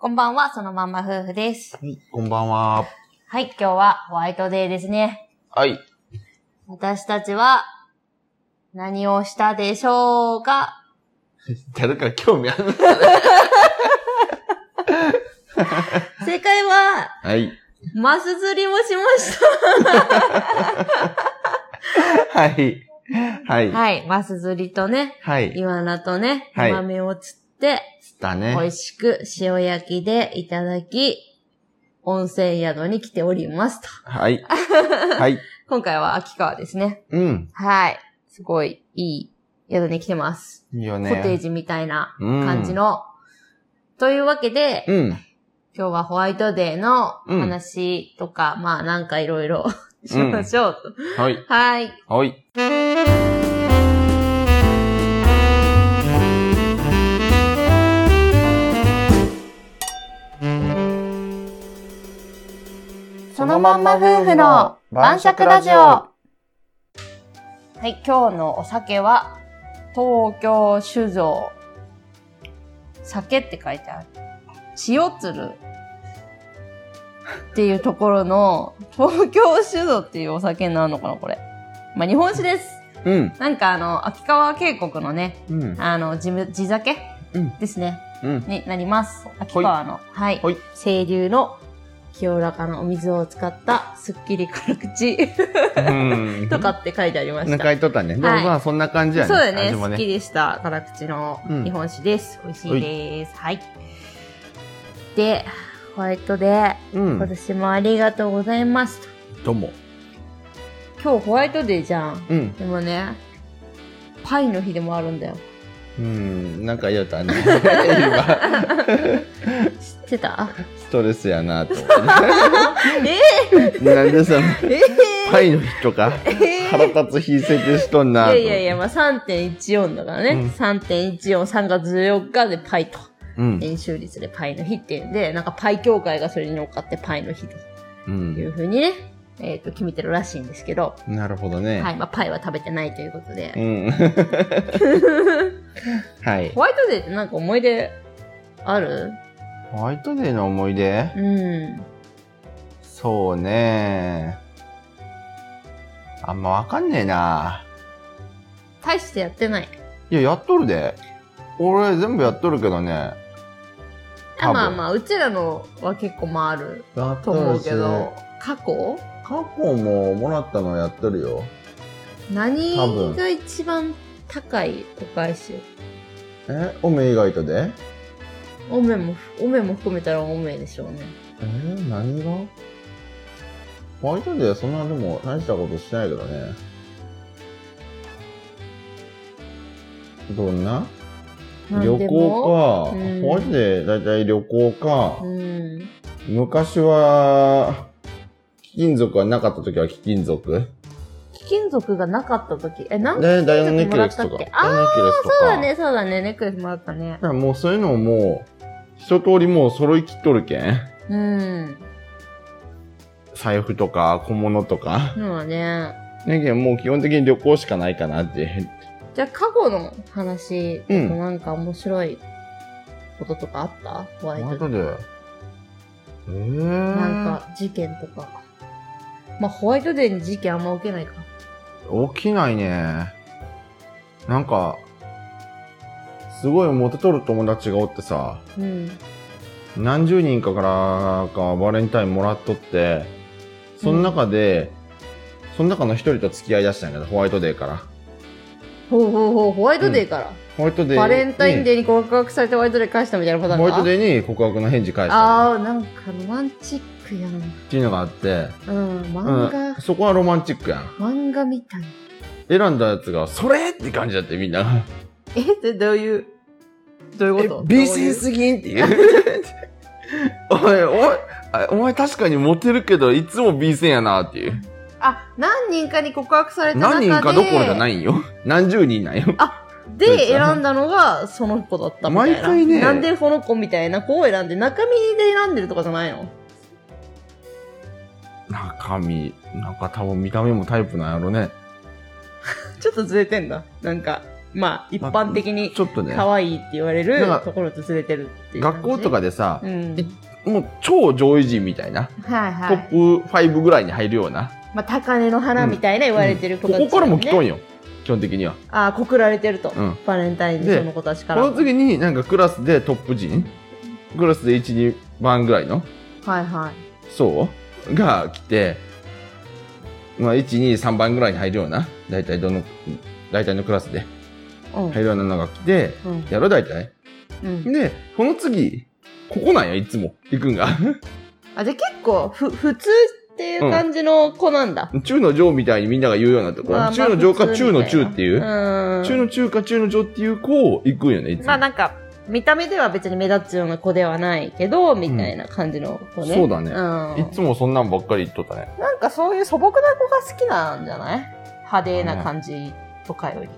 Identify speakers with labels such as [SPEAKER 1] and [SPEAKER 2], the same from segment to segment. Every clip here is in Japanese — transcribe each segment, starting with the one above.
[SPEAKER 1] こんばんは、そのまんま夫婦です。
[SPEAKER 2] はい、こんばんは。
[SPEAKER 1] はい、今日はホワイトデーですね。
[SPEAKER 2] はい。
[SPEAKER 1] 私たちは、何をしたでしょうか
[SPEAKER 2] 誰か興味ある
[SPEAKER 1] 正解は、
[SPEAKER 2] はい。
[SPEAKER 1] マス釣りもしまし
[SPEAKER 2] はい。はい。
[SPEAKER 1] た。はい、マス釣りとね、
[SPEAKER 2] はい。
[SPEAKER 1] イワナとね、
[SPEAKER 2] はい
[SPEAKER 1] 豆を釣って、
[SPEAKER 2] だ
[SPEAKER 1] 美
[SPEAKER 2] ね。
[SPEAKER 1] 味しく塩焼きでいただき、温泉宿に来ておりますと。
[SPEAKER 2] はい。はい。
[SPEAKER 1] 今回は秋川ですね。
[SPEAKER 2] うん。
[SPEAKER 1] はい。すごいいい宿に来てます。
[SPEAKER 2] いいよ
[SPEAKER 1] コ
[SPEAKER 2] ね。
[SPEAKER 1] テージみたいな
[SPEAKER 2] うん
[SPEAKER 1] 感じ。の。というわけで、
[SPEAKER 2] うん。
[SPEAKER 1] 今日はホワイトデーの
[SPEAKER 2] うん
[SPEAKER 1] 話とか、まあなんかいろいろし
[SPEAKER 2] うん
[SPEAKER 1] ましょうと。
[SPEAKER 2] はい。
[SPEAKER 1] はい。
[SPEAKER 2] はい。
[SPEAKER 1] そのまんま夫婦の晩酌ラジオ。はい、今日のお酒は、東京酒造。酒って書いてある。千代鶴っていうところの、東京酒造っていうお酒になるのかな、これ。まあ日本酒です。
[SPEAKER 2] うん。
[SPEAKER 1] なんかあの、秋川渓谷のね、
[SPEAKER 2] うん。
[SPEAKER 1] あの、地む地酒
[SPEAKER 2] うん
[SPEAKER 1] ですね。
[SPEAKER 2] うん。
[SPEAKER 1] になります。秋川の、はい。
[SPEAKER 2] はい
[SPEAKER 1] 清流の清らかなお水を使ったすっきり辛口
[SPEAKER 2] うん。
[SPEAKER 1] とかって書いてありました。
[SPEAKER 2] なんか言っとったね。でも
[SPEAKER 1] はい
[SPEAKER 2] まあそんな感じやね。
[SPEAKER 1] そうだね
[SPEAKER 2] 味も
[SPEAKER 1] すっき。りした辛口の
[SPEAKER 2] うん
[SPEAKER 1] 日本酒です。美味しいです。はい。で、ホワイトで、
[SPEAKER 2] うん。
[SPEAKER 1] 今年もありがとうございますと。
[SPEAKER 2] どうも。
[SPEAKER 1] 今日ホワイトデーじゃん。
[SPEAKER 2] うん。
[SPEAKER 1] でもね、パイの日でもあるんだよ。
[SPEAKER 2] うん。なんか言うたね。 今、
[SPEAKER 1] 知ってた
[SPEAKER 2] ストレスやなと 思っ
[SPEAKER 1] え
[SPEAKER 2] て。なんでその、
[SPEAKER 1] ー、えー、
[SPEAKER 2] パイの日とか、
[SPEAKER 1] えー
[SPEAKER 2] 腹立つ日設しとんなと
[SPEAKER 1] いや
[SPEAKER 2] 思っ
[SPEAKER 1] いや
[SPEAKER 2] て。
[SPEAKER 1] いや、まあ、3.14だからね。
[SPEAKER 2] うん
[SPEAKER 1] 3.143月14日でパイと。
[SPEAKER 2] うん。
[SPEAKER 1] 円周率でパイの日っていうんで、なんかパイ協会がそれに乗っかってパイの日と
[SPEAKER 2] う
[SPEAKER 1] い
[SPEAKER 2] ん。
[SPEAKER 1] う風にね、えっ、と、決めてるらしいんですけど、
[SPEAKER 2] なるほどね。
[SPEAKER 1] はい、まあ、パイは食べてないということで。
[SPEAKER 2] うん。 はい
[SPEAKER 1] ホ。ワイトデーってなんか思い出ある
[SPEAKER 2] ホワイトデーの思い出
[SPEAKER 1] うん。
[SPEAKER 2] そうね。あんまわかんねえな。
[SPEAKER 1] 大してやってない。
[SPEAKER 2] いや、やっとるで。俺、全部やっとるけどね。
[SPEAKER 1] あ
[SPEAKER 2] 多分
[SPEAKER 1] まあまあ、うちらのは結構まあある
[SPEAKER 2] やっ
[SPEAKER 1] と思うけど、過去
[SPEAKER 2] 過去ももらったのやっとるよ。
[SPEAKER 1] 何
[SPEAKER 2] 多分
[SPEAKER 1] が一番高いお返し
[SPEAKER 2] えおめ以外とで
[SPEAKER 1] おめも、おめも含めたらおめでしょうね。
[SPEAKER 2] えー、何がホワイトデーそんなでも大したことしないけどね。どんな
[SPEAKER 1] なん
[SPEAKER 2] 旅
[SPEAKER 1] でも
[SPEAKER 2] 行か、
[SPEAKER 1] うん
[SPEAKER 2] ホワイトデーだいたい旅行か、
[SPEAKER 1] うん。
[SPEAKER 2] 昔は、貴金属がなかった時は貴金属。
[SPEAKER 1] 貴金属がなかった時。え、なんか
[SPEAKER 2] ね、ダイヤのネックレスと
[SPEAKER 1] も
[SPEAKER 2] か。
[SPEAKER 1] らったっ
[SPEAKER 2] ダイ
[SPEAKER 1] け
[SPEAKER 2] ヤのネックレスとか。
[SPEAKER 1] そうだね、そうだね。ネックレスもらったね
[SPEAKER 2] だ。からもうそういうのをもう、一通りもう揃いきっとるけん。
[SPEAKER 1] うん。
[SPEAKER 2] 財布とか小物とか。
[SPEAKER 1] そうだね。
[SPEAKER 2] ねけんもう基本的に旅行しかないかなって。
[SPEAKER 1] じゃあ、過去の話、だと
[SPEAKER 2] うん
[SPEAKER 1] なんか面白いこととかあったホワイトデー。
[SPEAKER 2] で。えー、
[SPEAKER 1] なんか、事件とか。まあ、ホワイトデーに事件あんま起きないか。
[SPEAKER 2] 起きないね。なんか、すごいモテとる友達がおってさ、
[SPEAKER 1] うん。
[SPEAKER 2] 何十人かからかバレンタインもらっとって、その中で、その中の一人と付き合いだしたんやけど、ホワイトデーから。
[SPEAKER 1] ほうほうほう、ホワイトデーから。
[SPEAKER 2] ホワイトデーに。
[SPEAKER 1] バレンタインデーに告白されてホワイトデー返したみたいなパターン
[SPEAKER 2] ホ
[SPEAKER 1] か
[SPEAKER 2] ワイトデーに告白の返事返した
[SPEAKER 1] ああ、なんかロマンチックやん。
[SPEAKER 2] っていうのがあって、
[SPEAKER 1] うん、
[SPEAKER 2] う
[SPEAKER 1] 漫
[SPEAKER 2] ん、
[SPEAKER 1] 画、
[SPEAKER 2] そこはロマンチックやん。
[SPEAKER 1] 漫画みたい。
[SPEAKER 2] 選んだやつが、それって感じだってみんな。
[SPEAKER 1] え、でどういう、どういうこ
[SPEAKER 2] え
[SPEAKER 1] と、
[SPEAKER 2] 美声すぎんっていう。おい、お前、あお前確かにモテるけど、いつも B 線やなっていう。
[SPEAKER 1] あ、何人かに告白された中
[SPEAKER 2] 何
[SPEAKER 1] で。。
[SPEAKER 2] 人かどころじゃないいんよ。何十人なんよ。
[SPEAKER 1] で、選んだのがその子だったみたいな。
[SPEAKER 2] 毎回ね
[SPEAKER 1] なんでこの子みたいな子を選んで、中身で選んでるとかじゃないの
[SPEAKER 2] 中身、なんか多分見た目もタイプなんやろね。
[SPEAKER 1] ちょっとずれてんだ。なんか、まあ、一般的に
[SPEAKER 2] ちょっとね
[SPEAKER 1] 可愛いって言われる
[SPEAKER 2] なんか
[SPEAKER 1] ところと連れてるっていう感じ
[SPEAKER 2] 学校とかでさ
[SPEAKER 1] う、ん
[SPEAKER 2] でもう超上位陣みたいな、
[SPEAKER 1] はいは
[SPEAKER 2] ト
[SPEAKER 1] い、
[SPEAKER 2] ップ5ぐらいに入るような
[SPEAKER 1] まあ、高根の花みたいな言われてる子
[SPEAKER 2] こ
[SPEAKER 1] たち、ね
[SPEAKER 2] こからも来とんよ基本的には
[SPEAKER 1] ああ告られてると、
[SPEAKER 2] うん
[SPEAKER 1] バレンタインで
[SPEAKER 2] で
[SPEAKER 1] その子たちか
[SPEAKER 2] こ
[SPEAKER 1] ら
[SPEAKER 2] の次になんかクラスでトップ陣クラスで12番ぐらいの
[SPEAKER 1] はいはい
[SPEAKER 2] そうが来て、まあ、123番ぐらいに入るような大体どの大体のクラスで
[SPEAKER 1] うん、
[SPEAKER 2] 入るようなのが来て
[SPEAKER 1] うん
[SPEAKER 2] やろ大体
[SPEAKER 1] うん、
[SPEAKER 2] でこの次ここなんよいつも行くんが
[SPEAKER 1] あじゃあ結構ふ普通っていう感じの子なんだ、
[SPEAKER 2] 中の上みたいにみんなが言うようなとこ
[SPEAKER 1] まあ
[SPEAKER 2] ろ中の上
[SPEAKER 1] まあ
[SPEAKER 2] か
[SPEAKER 1] 普通
[SPEAKER 2] 中
[SPEAKER 1] みた
[SPEAKER 2] の中っていう、
[SPEAKER 1] なうん
[SPEAKER 2] 中の中か中の上っていう子を行くんよねいつも、
[SPEAKER 1] まあなんか見た目では別に目立つような子ではないけどみたいな感じの子ね、
[SPEAKER 2] そうだね
[SPEAKER 1] うん、
[SPEAKER 2] いつもそんなんばっかり言っとったね
[SPEAKER 1] なんかそういう素朴な子が好きなんじゃない派手な感じとかより。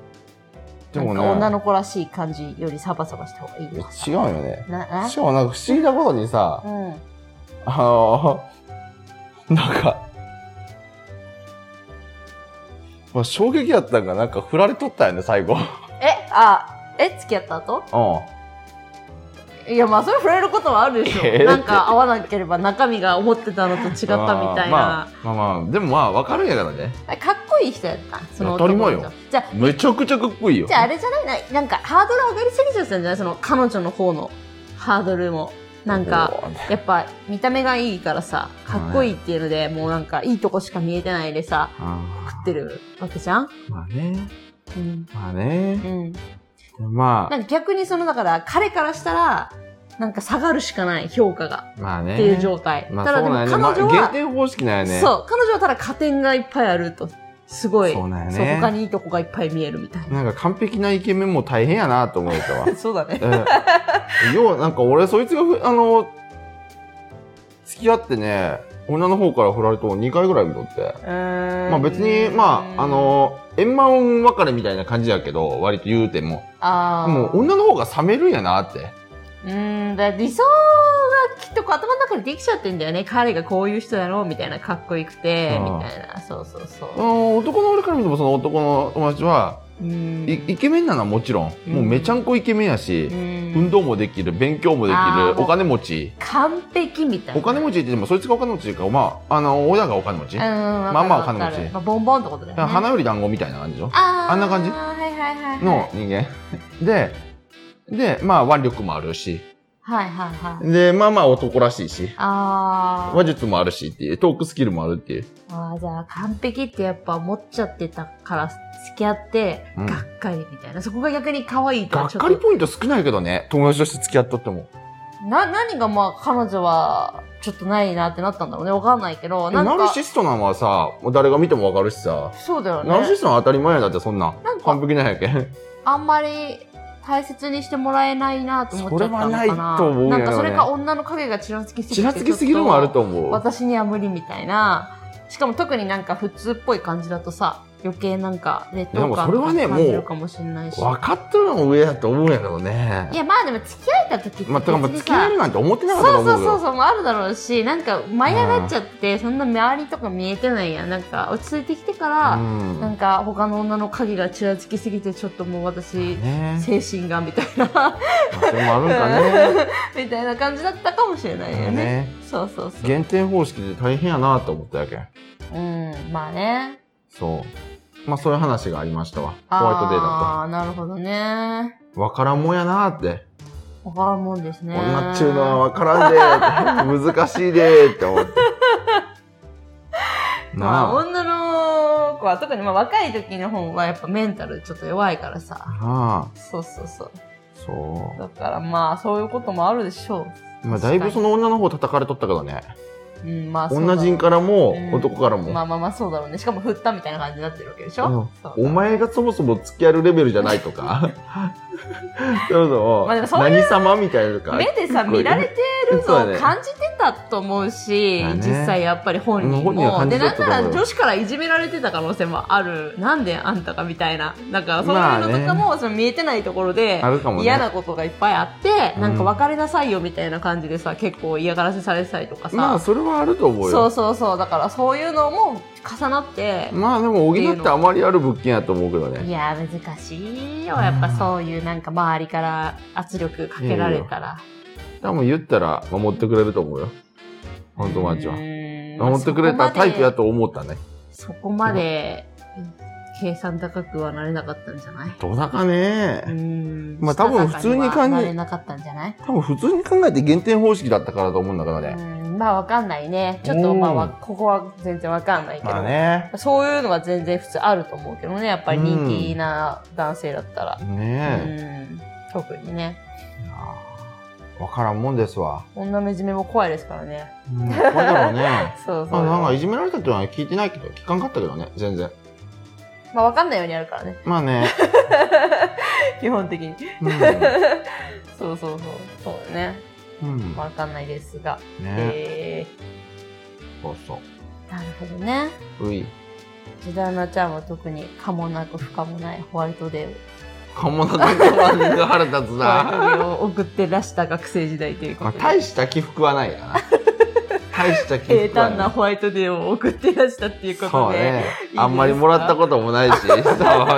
[SPEAKER 2] で
[SPEAKER 1] な
[SPEAKER 2] も
[SPEAKER 1] ん
[SPEAKER 2] ね
[SPEAKER 1] か女の子らしい感じよりサバサバした方がいいとかさ
[SPEAKER 2] 違うよね
[SPEAKER 1] な、
[SPEAKER 2] しかもなんか不思議なことにさ
[SPEAKER 1] なうん。
[SPEAKER 2] あのー なんか、まあ、衝撃やったんがなんか振られとったよね最後
[SPEAKER 1] え、あ、え、付き合った後
[SPEAKER 2] う
[SPEAKER 1] いや、まあ、それ触れることはあるでしょ。
[SPEAKER 2] えー
[SPEAKER 1] なんか合わなければ中身が思ってたのと違ったみ
[SPEAKER 2] ん
[SPEAKER 1] たいな。
[SPEAKER 2] まあ、まあまあでもまあわかるんやからね
[SPEAKER 1] えかっこいい人やったその
[SPEAKER 2] 当たり前よ
[SPEAKER 1] 男の人じゃあ、
[SPEAKER 2] めちゃくちゃかっこいいよ
[SPEAKER 1] じゃああれじゃないな、なんかハードル上がりすぎちゃったんじゃないその彼女の方のハードルも。なんか、やっぱ見た目がいいからさかっこいいっていうので、もうなんかいいとこしか見えてないでさ
[SPEAKER 2] あ
[SPEAKER 1] 食ってるわけじゃん、
[SPEAKER 2] ーまあね
[SPEAKER 1] うん
[SPEAKER 2] まあね
[SPEAKER 1] うん、
[SPEAKER 2] ま
[SPEAKER 1] なんか逆にそのだから彼からしたらなんか下がるしかない評価が
[SPEAKER 2] あまあね
[SPEAKER 1] っていう状態、
[SPEAKER 2] まあ
[SPEAKER 1] ただ
[SPEAKER 2] そ
[SPEAKER 1] で
[SPEAKER 2] う
[SPEAKER 1] も
[SPEAKER 2] なん
[SPEAKER 1] 彼
[SPEAKER 2] やね、まあ、
[SPEAKER 1] 女
[SPEAKER 2] 減
[SPEAKER 1] は、
[SPEAKER 2] 点方式なんやね
[SPEAKER 1] そう彼女はただ加点がいっぱいあるとすごい
[SPEAKER 2] そうなんやね
[SPEAKER 1] 他にいいとこがいっぱい見えるみたい
[SPEAKER 2] なんか完璧なイケメンも大変やなと思うたわ
[SPEAKER 1] なそうだね
[SPEAKER 2] うん要はなんか俺そいつがふあの付き合ってね女の方から振られたの2回ぐらい見とってま
[SPEAKER 1] ま
[SPEAKER 2] あ別にまああの円満別れみたいな感じやけど割と言うても
[SPEAKER 1] あー
[SPEAKER 2] もう女の方が冷めるんやなって
[SPEAKER 1] うーん、だから理想がきっとこう頭の中でできちゃってんだよね。彼がこういう人だろうみたいな、かっこよくて、
[SPEAKER 2] ああ
[SPEAKER 1] みたいな。そうそうそう
[SPEAKER 2] あ。の男の俺から見てもその男の友達は
[SPEAKER 1] うーん
[SPEAKER 2] いイケメンなのはもちろんもうめちゃんこイケメンやし
[SPEAKER 1] うー
[SPEAKER 2] 運
[SPEAKER 1] ん
[SPEAKER 2] 動もできる勉強もでき
[SPEAKER 1] あー
[SPEAKER 2] るお金持ち
[SPEAKER 1] 完璧みたいな。
[SPEAKER 2] お金
[SPEAKER 1] も、
[SPEAKER 2] 持ちって言ってもそいつがお金持ちっていうかまああの親がお金持ち
[SPEAKER 1] うん、ま
[SPEAKER 2] まあまあお金持ち
[SPEAKER 1] まあ、ボンボンってことだよね。
[SPEAKER 2] 花より団子みたいな感じでしょ
[SPEAKER 1] あー
[SPEAKER 2] あんな感じ
[SPEAKER 1] はいはいはいはい。
[SPEAKER 2] の人間。で、で、まあ腕力もあるし、
[SPEAKER 1] はいはいはい。
[SPEAKER 2] で、まあまあ男らしいし、
[SPEAKER 1] あ
[SPEAKER 2] 話
[SPEAKER 1] ー
[SPEAKER 2] 術もあるしっていう、トークスキルもあるっていう。
[SPEAKER 1] あー、じゃあ完璧ってやっぱ思っちゃってたから付き合って、
[SPEAKER 2] うん
[SPEAKER 1] がっかりみたいな。そこが逆に可愛いと
[SPEAKER 2] が
[SPEAKER 1] は
[SPEAKER 2] っ
[SPEAKER 1] ちょ
[SPEAKER 2] かり
[SPEAKER 1] っと。
[SPEAKER 2] ポイント少ないけどね、友達として付き合っとっても。
[SPEAKER 1] な、何がまあ彼女はちょっとないなってなったんだろうね。わかんないけど。な
[SPEAKER 2] ナ
[SPEAKER 1] んか
[SPEAKER 2] ルシストなんはさ、もう誰が見てもわかるしさ、
[SPEAKER 1] そうだよ
[SPEAKER 2] ナルシ
[SPEAKER 1] ね。
[SPEAKER 2] ストなんは当たり前やだってそんなん
[SPEAKER 1] なんか
[SPEAKER 2] 完璧なんやけ ん。
[SPEAKER 1] あんまり大切にしてもらえないなと思っちゃったのかな。
[SPEAKER 2] それはないと思うよ
[SPEAKER 1] なんかそれか
[SPEAKER 2] ね
[SPEAKER 1] 女の影がちらつきすぎて。
[SPEAKER 2] ちらつきすぎるのもあると思う。
[SPEAKER 1] 私には無理みたいな。しかも特になんか普通っぽい感じだとさ、余計なんか劣
[SPEAKER 2] いや
[SPEAKER 1] 等
[SPEAKER 2] でもそ
[SPEAKER 1] 感
[SPEAKER 2] れはね
[SPEAKER 1] とか感じ
[SPEAKER 2] も
[SPEAKER 1] る
[SPEAKER 2] う
[SPEAKER 1] かもしれないし。
[SPEAKER 2] 分かっとるの上やと思うんやけどね
[SPEAKER 1] い。やまあでも付き合えた時って別にさ、
[SPEAKER 2] まあ、とかまあ付き合えるなんて思ってなかったと
[SPEAKER 1] そう
[SPEAKER 2] 思
[SPEAKER 1] そうう
[SPEAKER 2] け
[SPEAKER 1] そう
[SPEAKER 2] ど。
[SPEAKER 1] そうもあるだろうしなんか舞い上がっちゃってそんな周りとか見えてないやんなんか落ち着いてきてから、
[SPEAKER 2] うん
[SPEAKER 1] なんか他の女の影がちらつきすぎてちょっともう私
[SPEAKER 2] ね
[SPEAKER 1] 精神がみたいな
[SPEAKER 2] まあそれもあるんかね。
[SPEAKER 1] みたいな感じだったかもしれない よね。
[SPEAKER 2] ね
[SPEAKER 1] そうそうそう。
[SPEAKER 2] 減点方式で大変やなと思ったわけ
[SPEAKER 1] うん、まあね。
[SPEAKER 2] そうまあそういう話がありましたわホワイトデーだ
[SPEAKER 1] ああー、なるほどね。
[SPEAKER 2] とわからんもんやなって
[SPEAKER 1] わからんもんですね。
[SPEAKER 2] 女っちゅうのはわからんで ーって難しいでーって思って
[SPEAKER 1] まあ、
[SPEAKER 2] なあ
[SPEAKER 1] 女の子は特にまあ若い時の方はやっぱメンタルちょっと弱いからさ。
[SPEAKER 2] なあ
[SPEAKER 1] そうそうそう。
[SPEAKER 2] そ
[SPEAKER 1] だからまあそういうこともあるでしょ
[SPEAKER 2] う、まあ、だいぶその女の方叩かれとったけどね
[SPEAKER 1] う。うん、まあそうだろ
[SPEAKER 2] 女
[SPEAKER 1] う
[SPEAKER 2] 人からも
[SPEAKER 1] うん
[SPEAKER 2] 男からも、
[SPEAKER 1] まあまあまあそうだろうね。しかも振ったみたいな感じになってるわけでしょ。
[SPEAKER 2] うん
[SPEAKER 1] そう
[SPEAKER 2] お前がそもそも付き合えるレベルじゃないとか そういうのを
[SPEAKER 1] まあでもそうい
[SPEAKER 2] 何様みたいなとか
[SPEAKER 1] 目でさ
[SPEAKER 2] 結構
[SPEAKER 1] 見られてる
[SPEAKER 2] そ
[SPEAKER 1] の
[SPEAKER 2] うだ
[SPEAKER 1] を
[SPEAKER 2] ね
[SPEAKER 1] 感じてだと思うし、
[SPEAKER 2] まあね
[SPEAKER 1] 実際やっぱり本人
[SPEAKER 2] 本人は
[SPEAKER 1] も。
[SPEAKER 2] 感
[SPEAKER 1] で、
[SPEAKER 2] じ
[SPEAKER 1] な
[SPEAKER 2] 取
[SPEAKER 1] ん
[SPEAKER 2] ったと思
[SPEAKER 1] な
[SPEAKER 2] うよ
[SPEAKER 1] ら女子からいじめられてた可能性もある。なんであんたかみたいな。なんか、そういうのとかも、その見えてないところで
[SPEAKER 2] あ、るかもね。
[SPEAKER 1] 嫌なことがいっぱいあって、なんか
[SPEAKER 2] うん
[SPEAKER 1] 別れなさいよみたいな感じでさ、結構嫌がらせされてたりとかさ。
[SPEAKER 2] まあ、それはあると思う
[SPEAKER 1] そう
[SPEAKER 2] よ。
[SPEAKER 1] そうそう。だからそういうのも重なって、
[SPEAKER 2] まあ、でも補ってあまりある物件やと思うけど
[SPEAKER 1] い
[SPEAKER 2] ね。
[SPEAKER 1] やー難しいよ。やっぱそういうなんか周りから圧力かけられたら。
[SPEAKER 2] 多分言ったら守ってくれると思うよ。この友達は
[SPEAKER 1] う。ーん
[SPEAKER 2] 守ってくれたタイプや。と思ったね。
[SPEAKER 1] そこまでそこまで計算高くはなれなかったんじゃない
[SPEAKER 2] どうだか
[SPEAKER 1] うー
[SPEAKER 2] ね。
[SPEAKER 1] ん。
[SPEAKER 2] まあ多分普通
[SPEAKER 1] した
[SPEAKER 2] に感じ
[SPEAKER 1] たかはなれなかったんじゃない
[SPEAKER 2] 多分普通に考えて減点方式だったからと思うんだけど
[SPEAKER 1] う
[SPEAKER 2] ね。
[SPEAKER 1] ーん。まあわかんないね。ちょっとまあわ
[SPEAKER 2] うん
[SPEAKER 1] ここは全然わかんないけど。
[SPEAKER 2] まあね。
[SPEAKER 1] そういうのは全然普通あると思うけどね。やっぱり人気な男性だったら。
[SPEAKER 2] ね
[SPEAKER 1] うん。特にね。
[SPEAKER 2] え。わからんもんですわ。
[SPEAKER 1] 女のいじめも怖いですからね。
[SPEAKER 2] うん、だろうね。
[SPEAKER 1] そうそう。
[SPEAKER 2] まあなんかいじめられたってのは聞いてないけど、聞かんかったけどね、全然。
[SPEAKER 1] まあ、わかんないようにやるから ね。
[SPEAKER 2] まあね。
[SPEAKER 1] 基本的に。
[SPEAKER 2] う
[SPEAKER 1] そうそうそう。そうだね。
[SPEAKER 2] ん。うん、
[SPEAKER 1] わかんないですが。
[SPEAKER 2] ね
[SPEAKER 1] え
[SPEAKER 2] そうそ
[SPEAKER 1] ー、なるほどね。
[SPEAKER 2] う。うい。
[SPEAKER 1] ジダーナちゃんは特に可もなく不可もないホワイトデーを、
[SPEAKER 2] かもなかったわが腹立つ
[SPEAKER 1] ホワイ
[SPEAKER 2] な。
[SPEAKER 1] トデーを送ってらした学生時代というこ
[SPEAKER 2] まあ、
[SPEAKER 1] とで。
[SPEAKER 2] 大した起伏はない な。大した起
[SPEAKER 1] 平
[SPEAKER 2] 伏は
[SPEAKER 1] 坦
[SPEAKER 2] な。
[SPEAKER 1] ないホワイトデーを送ってらしたっていうこ
[SPEAKER 2] そ
[SPEAKER 1] と
[SPEAKER 2] う
[SPEAKER 1] で。
[SPEAKER 2] ね。
[SPEAKER 1] すか
[SPEAKER 2] あんまりもらったこともないし、そう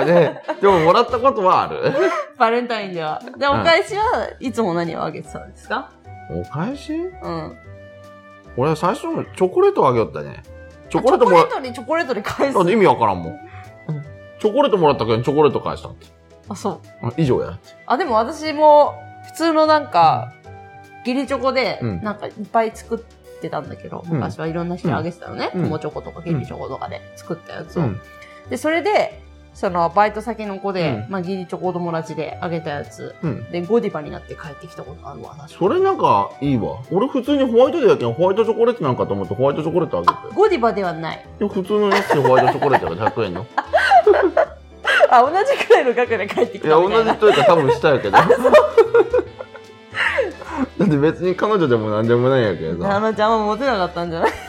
[SPEAKER 2] ね。でももらったことはある。
[SPEAKER 1] バレンタインでは。で、お
[SPEAKER 2] うん
[SPEAKER 1] 返しはいつも何をあげてたんですか
[SPEAKER 2] お返し
[SPEAKER 1] うん。
[SPEAKER 2] 俺最初のチョコレートあげよったね。チョコレート
[SPEAKER 1] あ
[SPEAKER 2] もら
[SPEAKER 1] チョコレートにチョコレートで返す
[SPEAKER 2] だっ。て意味わからんもん。チョコレートもらったけどチョコレート返したって。
[SPEAKER 1] あ、そう。
[SPEAKER 2] あ以上や。
[SPEAKER 1] あ、でも私も、普通のなんか、義理チョコで、
[SPEAKER 2] うん
[SPEAKER 1] なんかいっぱい作ってたんだけど、
[SPEAKER 2] ん
[SPEAKER 1] 昔はいろんな人にあげてたのね。
[SPEAKER 2] うん
[SPEAKER 1] 友チョコとか義理チョコとかで作ったやつ
[SPEAKER 2] う
[SPEAKER 1] を。
[SPEAKER 2] ん。
[SPEAKER 1] で、それで、その、バイト先の子で、
[SPEAKER 2] う
[SPEAKER 1] まあ、義理チョコお友達であげたやつ。
[SPEAKER 2] うん。
[SPEAKER 1] で、ゴディバになって帰ってきたことあるわ、私。
[SPEAKER 2] それなんかいいわ。俺普通にホワイトデーやけん、ホワイトチョコレートなんかと思ってホワイトチョコレートあげ
[SPEAKER 1] あ、ゴディバでは ない。
[SPEAKER 2] て。いや普通の安いホワイトチョコレートが100円の。
[SPEAKER 1] あ、同じくらいの額で帰ってき
[SPEAKER 2] い
[SPEAKER 1] た
[SPEAKER 2] や、同
[SPEAKER 1] みたいな。
[SPEAKER 2] じというか多分したやけど。だ って別に彼女でも何でもないやけど
[SPEAKER 1] あ
[SPEAKER 2] さ。
[SPEAKER 1] のちゃんはモテなかったんじゃない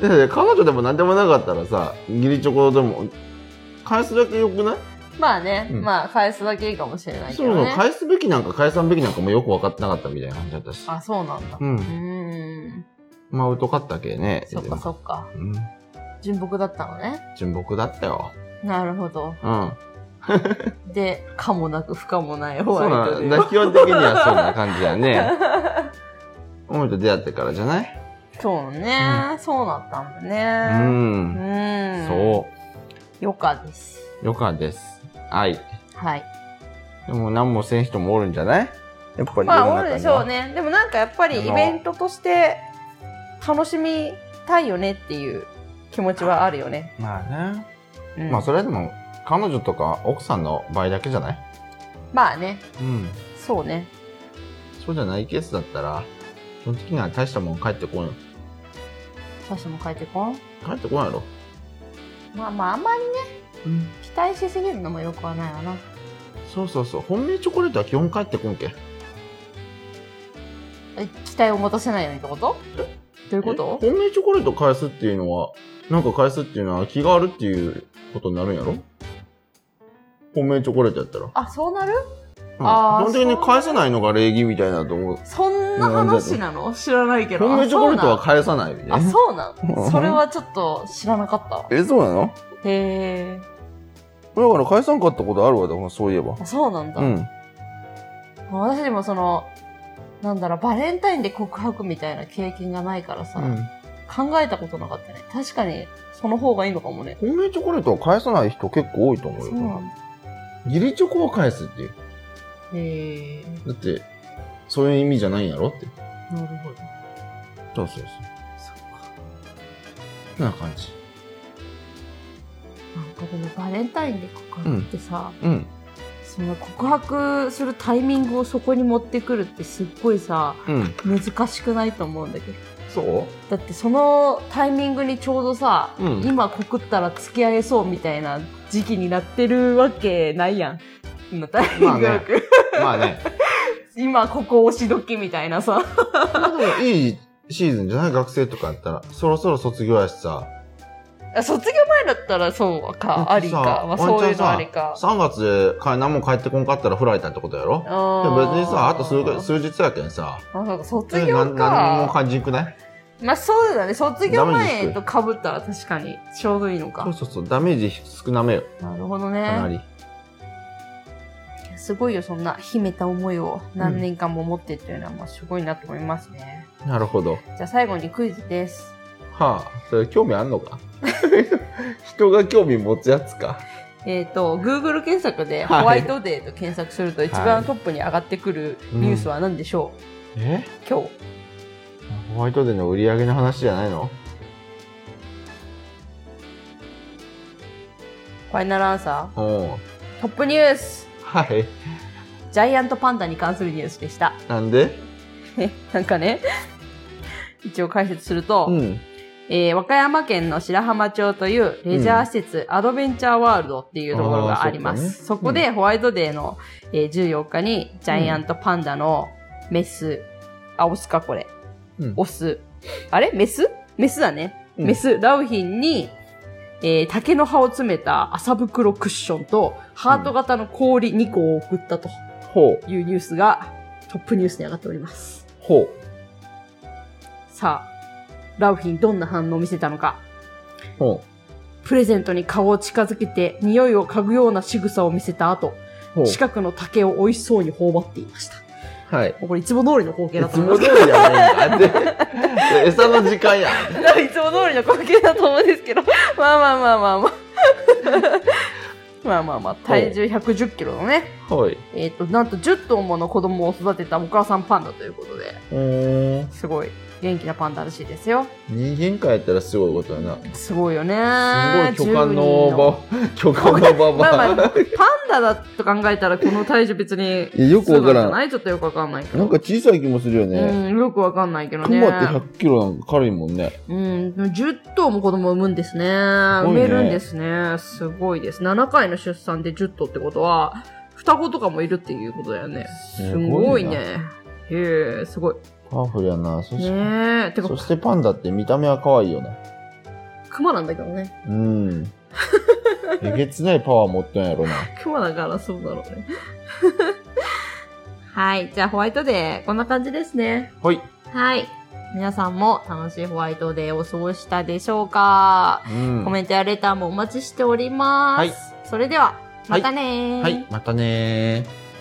[SPEAKER 2] いやいや彼女でも何でもなかったらさ、ギリチョコでも、返すだけよくない
[SPEAKER 1] まあね、
[SPEAKER 2] うん
[SPEAKER 1] まあ返すだけいいかもしれないけ
[SPEAKER 2] そう
[SPEAKER 1] ど
[SPEAKER 2] そう、
[SPEAKER 1] ね。
[SPEAKER 2] 返すべきなんか返さんべきなんかもよく分かってなかったみたいな感じだったし。
[SPEAKER 1] あ、そうなんだ。
[SPEAKER 2] う
[SPEAKER 1] うー
[SPEAKER 2] ん。
[SPEAKER 1] ん。
[SPEAKER 2] まあ、疎かったけね。
[SPEAKER 1] そっかそっか。
[SPEAKER 2] うん。
[SPEAKER 1] 純朴だったのね。
[SPEAKER 2] 純朴だったよ。
[SPEAKER 1] なるほど。
[SPEAKER 2] うん。
[SPEAKER 1] で、可もなく不可もないホ
[SPEAKER 2] そう
[SPEAKER 1] ワイ
[SPEAKER 2] な
[SPEAKER 1] ト
[SPEAKER 2] ん
[SPEAKER 1] で
[SPEAKER 2] だ。。基本的にはそんな感じ だね。思いと出会ってからじゃない
[SPEAKER 1] そうね、そうだったん
[SPEAKER 2] う。
[SPEAKER 1] だね。うんん。
[SPEAKER 2] そ
[SPEAKER 1] よかです。
[SPEAKER 2] う。よかです。はい。
[SPEAKER 1] はい。
[SPEAKER 2] でも何もせん人もおるんじゃないやっぱり。
[SPEAKER 1] まあ、おるでしょう
[SPEAKER 2] ね。
[SPEAKER 1] ね。でもなんかやっぱりイベントとして楽しみたいよねっていう気持ちはあるよね。
[SPEAKER 2] まあね。
[SPEAKER 1] うん、
[SPEAKER 2] まあ、それはでも、彼女とか奥さんの場合だけじゃない
[SPEAKER 1] まあね、
[SPEAKER 2] うん。
[SPEAKER 1] そうね。
[SPEAKER 2] そうじゃないケースだったら、基本的には大したもん帰ってこんよ。
[SPEAKER 1] 私も変えてこん。
[SPEAKER 2] 帰ってこんやろ。
[SPEAKER 1] まあまあ、あんまり
[SPEAKER 2] うん。
[SPEAKER 1] 期待しすぎるのもよくはないわな。
[SPEAKER 2] そうそうそう。本命チョコレートは基本帰ってこんけ。ど
[SPEAKER 1] え期待を持たせないようにってことどういうこと
[SPEAKER 2] 本命チョコレート返すっていうのは、なんか返すっていうのは気があるっていうことになるんやろ本命チョコレートやったら。
[SPEAKER 1] あ、そうなるあー
[SPEAKER 2] うん、基本的に返さないのが礼儀みたいなと思う。
[SPEAKER 1] そんな話なの知らないけど。
[SPEAKER 2] 本命チョコレートは返さないみた
[SPEAKER 1] あ、
[SPEAKER 2] いな。
[SPEAKER 1] そうなんあ、そうな
[SPEAKER 2] うんん
[SPEAKER 1] それはちょっと知らなかったわ。
[SPEAKER 2] え、そうなの
[SPEAKER 1] へ
[SPEAKER 2] だから返さんかったことあるわ、だからそういえば
[SPEAKER 1] え。。そうなんだ。
[SPEAKER 2] うん。
[SPEAKER 1] 私でもその、なんだろう、バレンタインで告白みたいな経験がないからさ、
[SPEAKER 2] うん
[SPEAKER 1] 考えたことなかったね。確かに、その方がいいのかもね。
[SPEAKER 2] 本命チョコレートは返さない人結構多いと思
[SPEAKER 1] そ
[SPEAKER 2] うよ。
[SPEAKER 1] うなんだ。
[SPEAKER 2] 義理チョコは返すっていう。
[SPEAKER 1] へえ。
[SPEAKER 2] だって、そういう意味じゃないんやろって。
[SPEAKER 1] なるほど。
[SPEAKER 2] そうそうそう。
[SPEAKER 1] そっか。
[SPEAKER 2] そんな感じ。
[SPEAKER 1] なんかでもバレンタインで告白ってさ、
[SPEAKER 2] うん。
[SPEAKER 1] その告白するタイミングをそこに持ってくるってすっごいさ、
[SPEAKER 2] うん。
[SPEAKER 1] 難しくないと思うんだけど。
[SPEAKER 2] そう
[SPEAKER 1] だってそのタイミングにちょうどさ、
[SPEAKER 2] うん
[SPEAKER 1] 今告ったら付き合えそうみたいな時期になってるわけないやん。今タイミングよく。
[SPEAKER 2] まあね。
[SPEAKER 1] 今ここ押し時みたいなさ。
[SPEAKER 2] でもいいシーズンじゃない学生とかやったら、そろそろ卒業やしさ。
[SPEAKER 1] 卒業前だったらそうか、ありか。まあ、そういうのありか。
[SPEAKER 2] 3月でか何も帰ってこんかったら振られたってことやろで
[SPEAKER 1] あ
[SPEAKER 2] も別にさ、あと数
[SPEAKER 1] か
[SPEAKER 2] か数日やけんさ。
[SPEAKER 1] あ、そうか、卒
[SPEAKER 2] えな
[SPEAKER 1] 業
[SPEAKER 2] 何も
[SPEAKER 1] か。
[SPEAKER 2] 感じんくない
[SPEAKER 1] まあそうだね、卒業
[SPEAKER 2] ダメ
[SPEAKER 1] 前
[SPEAKER 2] ージ
[SPEAKER 1] とかぶったら確かにちょうどいいの
[SPEAKER 2] そ
[SPEAKER 1] か
[SPEAKER 2] う。そうそう、ダメージ少なめよ。
[SPEAKER 1] なるほど
[SPEAKER 2] か
[SPEAKER 1] ね。
[SPEAKER 2] なり。
[SPEAKER 1] すごいよ、そんな秘めた思いを何年間も持ってっていうのは、まあすごいなと思いますね。
[SPEAKER 2] なるほど。
[SPEAKER 1] じゃあ最後にクイズです。
[SPEAKER 2] はあ、それ興味あんのか 人が興味持つやつか。
[SPEAKER 1] えっ、と、Google 検索で
[SPEAKER 2] はい
[SPEAKER 1] ホワイトデーと検索すると一
[SPEAKER 2] は
[SPEAKER 1] 番
[SPEAKER 2] い
[SPEAKER 1] トップに上がってくるニュースは何でしょ
[SPEAKER 2] え
[SPEAKER 1] う、今日。
[SPEAKER 2] ホワイトデーの売り上げの話じゃないの
[SPEAKER 1] ファイナルアンサ
[SPEAKER 2] うん。
[SPEAKER 1] ートップニュース
[SPEAKER 2] はい。
[SPEAKER 1] ジャイアントパンダに関するニュースでした。
[SPEAKER 2] なんで
[SPEAKER 1] なんかね、 一応解説すると、
[SPEAKER 2] うん。
[SPEAKER 1] えー和歌山県の白浜町というレジャー施設、アドベンチャーワールドっていうところがあります。そ
[SPEAKER 2] あーそっかね
[SPEAKER 1] こでホワイトデーの、えー14日にジャイアントパンダのメス、あ、オスかこれ、
[SPEAKER 2] うん
[SPEAKER 1] オス、あれメスメスだね。
[SPEAKER 2] うん
[SPEAKER 1] メス、良品に、えー竹の葉を詰めた麻袋クッションとハート型の氷2個を送ったと
[SPEAKER 2] ほう。
[SPEAKER 1] いうニュースがトップニュースに上がっております。
[SPEAKER 2] ほ
[SPEAKER 1] さあ、ラウフィンどんな反応を見せたのか。
[SPEAKER 2] う。ほ
[SPEAKER 1] プレゼントに顔を近づけて、匂いを嗅ぐような仕草を見せた後、
[SPEAKER 2] う。ほう。
[SPEAKER 1] 近くの竹を美味しそうに頬張っていました。も
[SPEAKER 2] はい。
[SPEAKER 1] うこれいつも通りの光
[SPEAKER 2] い
[SPEAKER 1] 景だと
[SPEAKER 2] つ
[SPEAKER 1] 思いま
[SPEAKER 2] も
[SPEAKER 1] す。
[SPEAKER 2] 通りじゃないんだって。 餌の時間や ん。
[SPEAKER 1] いつも通りの光景だと思うんですけど、 まあまあまあまあまあ。まあまあまあ、体重110キロのね、
[SPEAKER 2] はい。
[SPEAKER 1] えっ、と、なんと10頭もの子供を育てたお母さんパンダということで、
[SPEAKER 2] うーん。
[SPEAKER 1] すごい元気なパンダらしいですよ。
[SPEAKER 2] 人間界やったらすごいことやな。
[SPEAKER 1] すごいよね
[SPEAKER 2] すごい巨
[SPEAKER 1] 10
[SPEAKER 2] 漢
[SPEAKER 1] 人
[SPEAKER 2] のば、巨漢のばば。
[SPEAKER 1] まあまあ、パンダだと考えたらこの体重別に
[SPEAKER 2] いやよくわから
[SPEAKER 1] そうな
[SPEAKER 2] ん
[SPEAKER 1] んじゃないちょっとよくわかんないけど。
[SPEAKER 2] なんか小さい気もするよね。
[SPEAKER 1] うん、よくわかんないけど
[SPEAKER 2] ク
[SPEAKER 1] ね。
[SPEAKER 2] マって100キロなんか軽いもんね。
[SPEAKER 1] うん、でも10頭も子供を産むんですね。産
[SPEAKER 2] ごいね
[SPEAKER 1] めるんですね。すごいです。7回の出産で10頭ってことは、双子とかもいるっていうことだよね。すごいね。へえ、すごい。
[SPEAKER 2] パワフルやな。そし
[SPEAKER 1] ねえ。てか
[SPEAKER 2] そ、してパンダって見た目は可愛いよな。
[SPEAKER 1] 熊なんだけどね。
[SPEAKER 2] うん。えげつないパワー持ってんやろな。
[SPEAKER 1] 熊だからそうだろうね。 はい。じゃあ、ホワイトデー、こんな感じですね。
[SPEAKER 2] はい。
[SPEAKER 1] はい。皆さんも楽しいホワイトデーを過ごしたでしょうか、
[SPEAKER 2] うん
[SPEAKER 1] コメントやレターもお待ちしております。
[SPEAKER 2] はい
[SPEAKER 1] それでは、またねー
[SPEAKER 2] はい、またねー。